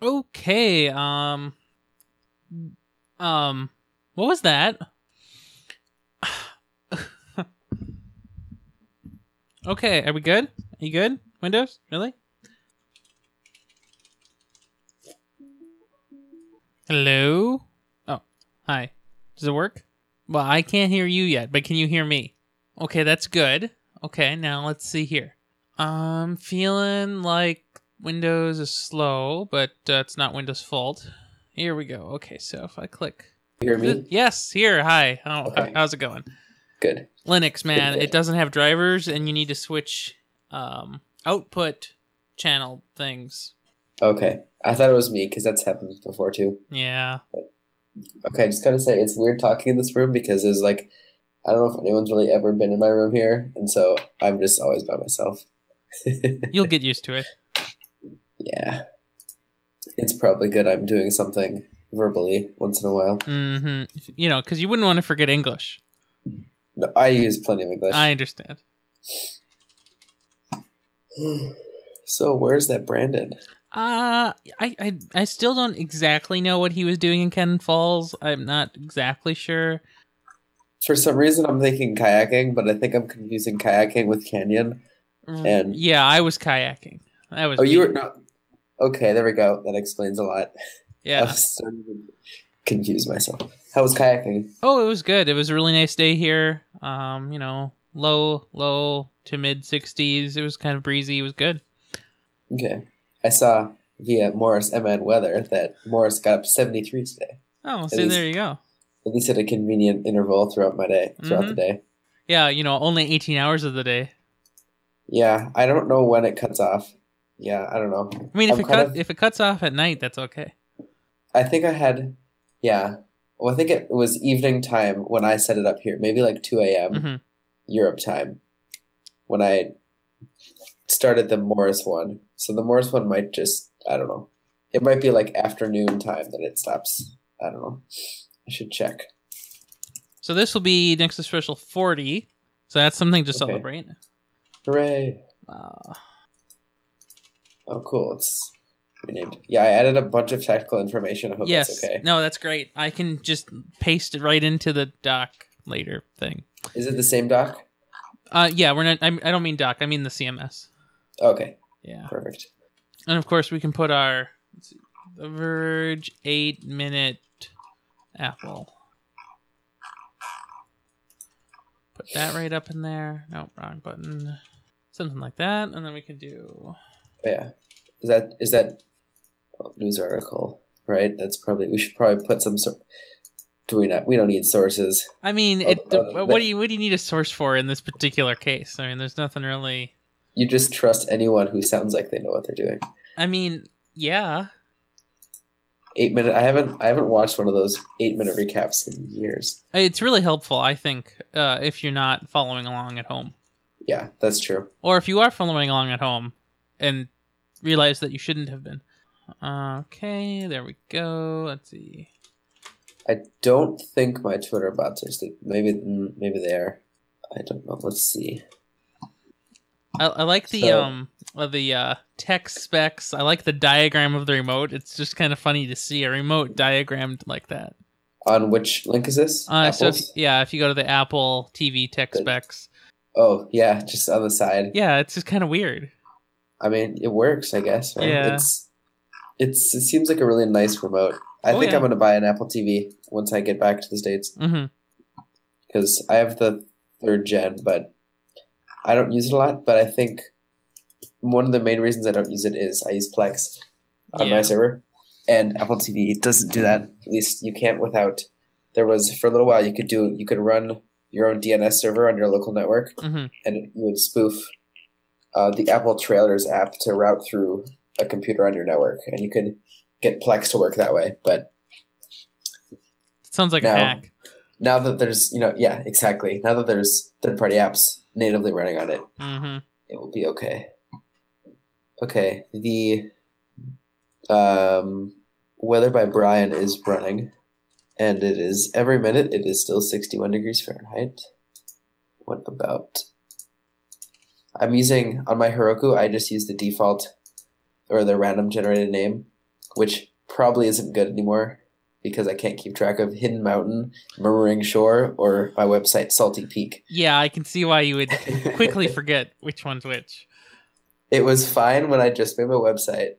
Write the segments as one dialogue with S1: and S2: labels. S1: Okay. Um. Um. What was that? okay. Are we good? Are you good? Windows? Really? Hello. Oh, hi. Does it work? Well, I can't hear you yet, but can you hear me? Okay, that's good. Okay, now let's see here. I'm feeling like Windows is slow, but uh, it's not Windows' fault. Here we go. Okay, so if I click,
S2: You hear me?
S1: yes, here, hi. How,
S2: Okay.
S1: How's it going?
S2: Good.
S1: Linux, man,
S2: Good.
S1: it doesn't have drivers, and you need to switch um, output channel things.
S2: Okay. I thought it was me because that's happened before too.
S1: Yeah.
S2: Okay, I just gotta say it's weird talking in this room because there's like I don't know if anyone's really ever been in my room here, and so I'm just always by myself.
S1: You'll get used to it.
S2: yeah. It's probably good I'm doing something verbally once in a while.
S1: hmm You know, because you wouldn't want to forget English.
S2: No, I use plenty of English.
S1: I understand.
S2: so where's that Brandon?
S1: Uh, I, I I still don't exactly know what he was doing in Cannon Falls. I'm not exactly sure.
S2: For some reason I'm thinking kayaking, but I think I'm confusing kayaking with canyon.
S1: R-
S2: And-
S1: yeah, I was kayaking. That was
S2: Oh, you
S1: me.
S2: were not. Okay, there we go. That explains a lot. I
S1: yeah.
S2: was starting to confuse myself. How was kayaking?
S1: Oh, it was good. It was a really nice day here. Um, you know, low low to mid 60s. It was kind of breezy. It was good.
S2: Okay, I saw via Morris MN Weather that Morris got up 73 today.
S1: Oh,
S2: At
S1: see,
S2: least-
S1: there you go.
S2: At least at a convenient interval throughout my day, throughout the day.
S1: Yeah, you know, only 18 hours of the day.
S2: Yeah, I don't know when it cuts off. Yeah, I don't know.
S1: I mean, if
S2: I'm
S1: it
S2: kind
S1: cut
S2: of-
S1: if it cuts off at night, that's okay.
S2: I think I had, yeah. Well, I think it was evening time when I set it up here, maybe like 2 a.m.
S1: hmm
S2: Europe time when I started the Morris one. So the Morris one might just I don't know. It might be like afternoon time that it stops. I don't know. I should check.
S1: So this will be next to special 40. So that's something to
S2: Okay.
S1: celebrate.
S2: Hooray.
S1: Uh,
S2: Oh cool. It's renamed. Yeah, I added a bunch of technical information. I hope
S1: yes.
S2: that's okay.
S1: No, that's great. I can just paste it right into the doc later thing.
S2: Is it the same doc?
S1: Uh, yeah, we're not. I, I don't mean doc. I mean the CMS.
S2: Okay,
S1: Yeah,
S2: perfect.
S1: and of course we can put our let's see, the Verge eight minute Apple. Put that right up in there. No, wrong button. Something like that, and then we can do.
S2: Yeah. Is that is that oh, news article, right? That's probably we should probably put some sort do we not we don't need sources.
S1: I mean, it,
S2: Uh,
S1: what do you what do you need a source for in this particular case? I mean, there's nothing really.
S2: You just trust anyone who sounds like they know what they're doing.
S1: I mean, yeah.
S2: eight minute i haven't i haven't watched one of those eight minute recaps in years
S1: It's really helpful, I think, uh, if you're not following along at home,
S2: yeah that's true
S1: or if you are following along at home and realize that you shouldn't have been. Okay, there we go. Let's see.
S2: i don't think my twitter bots are asleep maybe mm, maybe they are i don't know let's see
S1: I, I like the
S2: So-
S1: um uh, the uh, tech specs. I like the diagram of the remote. It's just kind of funny to see a remote diagrammed like that.
S2: on which link is this
S1: Uh, so if,
S2: Apple's?
S1: yeah, if you go to the Apple TV tech
S2: Good.
S1: specs,
S2: oh yeah just on the side
S1: yeah, it's just kind of weird.
S2: i mean it works i guess right?
S1: Yeah.
S2: it's it's it seems like a really nice remote i
S1: Oh,
S2: think
S1: yeah.
S2: i'm going to buy an apple tv once i get back to the states
S1: hmm
S2: because I have the third gen, but I don't use it a lot. But I think one of the main reasons I don't use it is I use Plex on
S1: Yeah.
S2: my server, and Apple TV doesn't do that. At least you can't without. There was for a little while you could do you could run your own DNS server on your local network,
S1: hmm
S2: and you would spoof uh, the Apple Trailers app to route through a computer on your network, and you could get Plex to work that way. But
S1: Sounds like
S2: No.
S1: a hack.
S2: now that there's you know yeah exactly now that there's third party apps natively running on it
S1: hmm
S2: it will be okay okay the um weather by brian is running and it is every minute it is still 61 degrees fahrenheit what about i'm using on my heroku i just use the default or the random generated name which probably isn't good anymore because I can't keep track of Hidden Mountain, Murmuring Shore, or my website Salty Peak.
S1: Yeah, I can see why you would quickly forget which one's which.
S2: It was fine when I just made my website,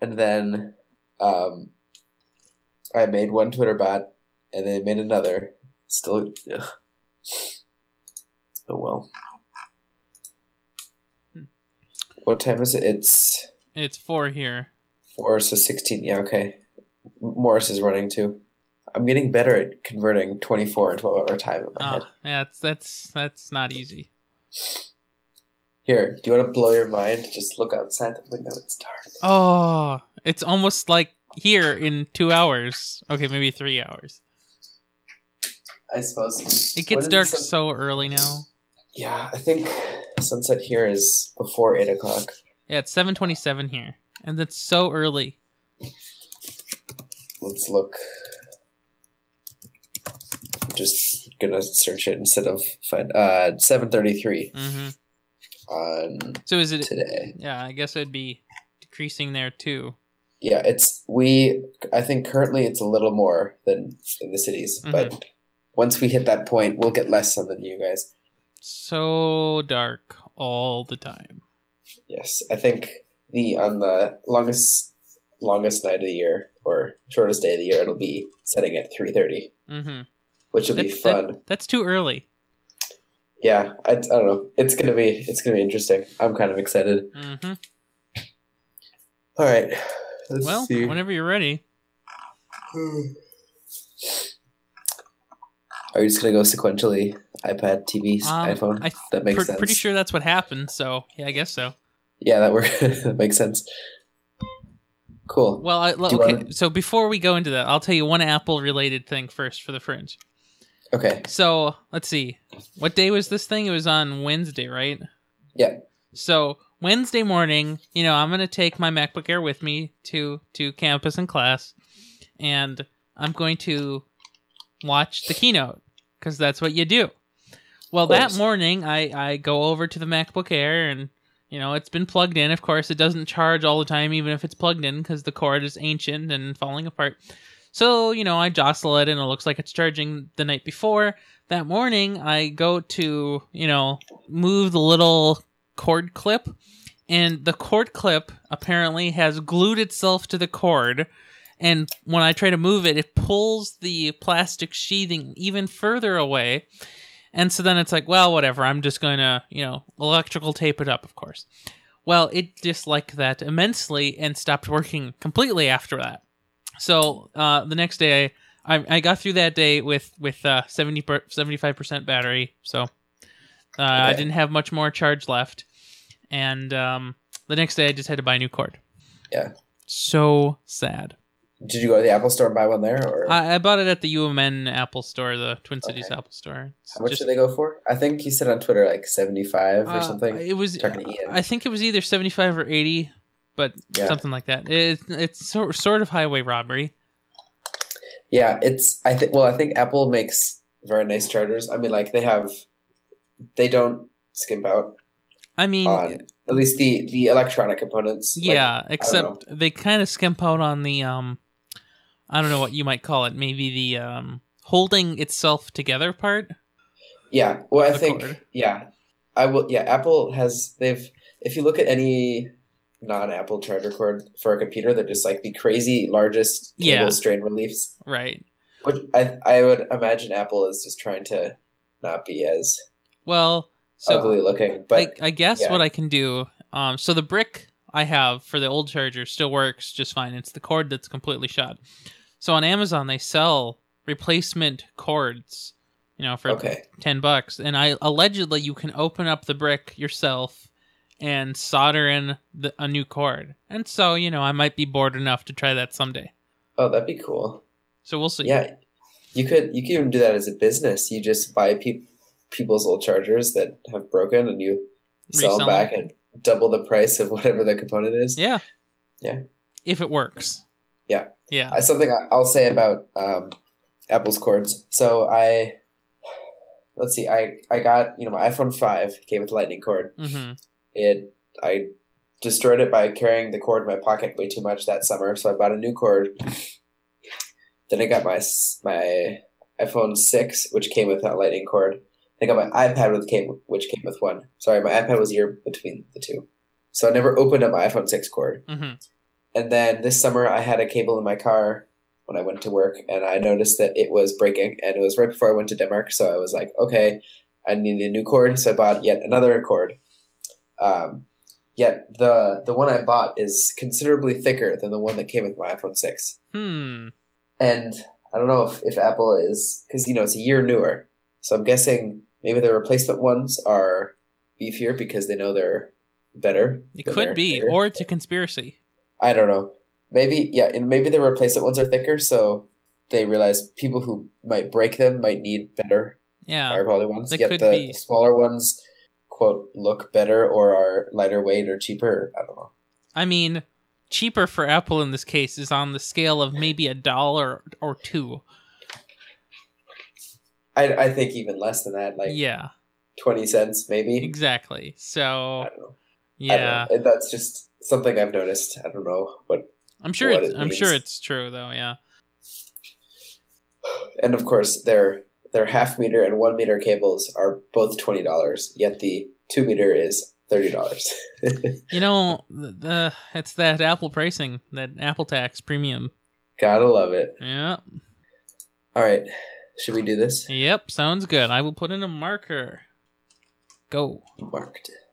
S2: and then um, I made one Twitter bot, and then I made another. Still, ugh. oh well. What time is it? It's
S1: It's four here.
S2: Four, so 16. Yeah, okay. Morris is running too. I'm getting better at converting 24 and 12 hour time in my head.
S1: Oh, yeah, that's that's that's not easy.
S2: Here, do you want to blow your mind? Just look outside the window. It's dark.
S1: Oh, it's almost like here in two hours. Okay, maybe three hours.
S2: I suppose.
S1: It
S2: What
S1: gets
S2: is
S1: dark
S2: the sun-
S1: so early now.
S2: yeah, I think sunset here is before 8 o'clock.
S1: Yeah, it's seven twenty-seven here, and that's so early.
S2: Let's look. I'm just gonna search it instead of find uh 7:33
S1: hmm
S2: on
S1: So is it?
S2: today.
S1: Yeah, I guess it'd be decreasing there too.
S2: Yeah, it's we. I think currently it's a little more than in the cities, but once we hit that point, we'll get less sun than you guys.
S1: So dark all the time.
S2: Yes, I think the on the longest longest night of the year or shortest day of the year, it'll be setting at three thirty,
S1: Mm-hmm.
S2: which will be
S1: That's
S2: fun.
S1: that's too early.
S2: Yeah, I, I don't know. It's gonna be it's gonna be interesting. I'm kind of excited.
S1: Mm-hmm.
S2: All right, let's
S1: Well,
S2: see.
S1: whenever you're ready.
S2: Are you just gonna go sequentially? iPad, TV,
S1: Um,
S2: iPhone.
S1: I
S2: that makes
S1: Pre-
S2: sense.
S1: pretty sure that's what happened. So yeah, I guess so.
S2: Yeah, that works. that makes sense. Cool.
S1: Well, I,
S2: Do you
S1: okay.
S2: wanna-
S1: So before we go into that, I'll tell you one Apple-related thing first for the fringe.
S2: Okay.
S1: So let's see. What day was this thing? It was on Wednesday, right?
S2: Yeah.
S1: So Wednesday morning, you know, I'm gonna take my MacBook Air with me to to campus and class, and I'm going to watch the keynote because that's what you do. Well,
S2: Of
S1: that
S2: course.
S1: morning, I I go over to the MacBook Air and you know it's been plugged in. Of course, it doesn't charge all the time, even if it's plugged in, because the cord is ancient and falling apart. So you know, I jostle it, and it looks like it's charging the night before. That morning, I go to you know move the little cord clip, and the cord clip apparently has glued itself to the cord. And when I try to move it, it pulls the plastic sheathing even further away. And so then it's like, well, whatever. I'm just going to, you know, electrical tape it up, of course. Well, it disliked that immensely and stopped working completely after that. So uh, the next day, I, I got through that day with with uh, 70 per, 75% battery. So uh, I
S2: Okay.
S1: didn't have much more charge left. And um, the next day, I just had to buy a new cord.
S2: Yeah.
S1: So sad.
S2: Did you go to the Apple Store and buy one there, or
S1: I, I bought it at the UMN Apple store, the Twin Cities
S2: Okay.
S1: Apple store. It's
S2: how much
S1: just-
S2: did they go for? I think you said on Twitter like seventy-five or
S1: uh,
S2: something.
S1: It was.
S2: Talking to Ian.
S1: I think it was either seventy-five or eighty, but
S2: Yeah.
S1: something like that. It, it's sort sort of highway robbery.
S2: Yeah, it's I think well, I think Apple makes very nice chargers. I mean, like they have, they don't skimp out
S1: I mean,
S2: on at least the the electronic components. Uh, Like,
S1: yeah, except they kind of skimp out on the um, I don't know what you might call it. Maybe the um holding itself together part.
S2: Yeah. Well, I
S1: The
S2: think
S1: cord.
S2: yeah, I will. Yeah, Apple has they've. If you look at any non-Apple charger cord for a computer, they're just like the crazy largest cable
S1: Yeah.
S2: strain reliefs.
S1: Right.
S2: Which I I would imagine Apple is just trying to not be as
S1: Well, so
S2: ugly looking, but
S1: I, I guess
S2: yeah.
S1: what I can do. Um, so the brick I have for the old charger still works just fine. It's the cord that's completely shot. So on Amazon they sell replacement cords, you know, for
S2: okay.
S1: ten bucks. And I allegedly you can open up the brick yourself and solder in the, a new cord. And so you know I might be bored enough to try that someday.
S2: Oh, that'd be cool.
S1: So we'll see.
S2: Yeah, you could you could even do that as a business. You just buy peop people's old chargers that have broken, and you
S1: Resell
S2: sell them back at double the price of whatever the component is.
S1: Yeah.
S2: Yeah.
S1: If it works.
S2: Yeah.
S1: Yeah.
S2: Uh, something I- I'll say about um, Apple's cords. So I let's see. I I got you know my iPhone five came with Lightning cord.
S1: Mm-hmm.
S2: It I destroyed it by carrying the cord in my pocket way too much that summer, so I bought a new cord. Then I got my s- my iPhone six, which came with that lightning cord. Then I got my iPad with came which came with one. Sorry, my iPad was a year between the two, so I never opened up my iPhone six cord.
S1: hmm
S2: And then this summer, I had a cable in my car when I went to work, and I noticed that it was breaking, and it was right before I went to Denmark. So I was like, okay, I need a new cord, so I bought yet another cord. Um, yet the the one I bought is considerably thicker than the one that came with my iPhone six
S1: Hmm.
S2: and I don't know if, if Apple is because you know it's a year newer, so I'm guessing maybe the replacement ones are beefier because they know they're better.
S1: It
S2: than
S1: could
S2: their
S1: be,
S2: thicker.
S1: or it's a conspiracy.
S2: I don't know. Maybe yeah, and maybe the replacement ones are thicker, so they realize people who might break them might need better
S1: Yeah.
S2: higher quality ones.
S1: that
S2: Yet
S1: could
S2: the,
S1: be.
S2: the smaller ones, quote, look better or are lighter weight or cheaper. I don't know.
S1: I mean, cheaper for Apple in this case is on the scale of maybe a dollar or two.
S2: I I think even less than that, like
S1: Yeah,
S2: twenty cents maybe.
S1: exactly.
S2: I
S1: So,
S2: don't know. I don't
S1: yeah.
S2: know. And that's just something I've noticed. I don't know what.
S1: I'm sure
S2: what
S1: it's,
S2: it
S1: I'm sure
S2: means.
S1: it's true though, yeah.
S2: And of course, their their half meter and one meter cables are both twenty dollars. Yet the two meter is thirty dollars.
S1: You know, the, the it's that Apple pricing, that Apple tax premium.
S2: Gotta love it.
S1: Yeah.
S2: All right, should we do this?
S1: Yep, sounds good. I will put in a marker. Go.
S2: Marked.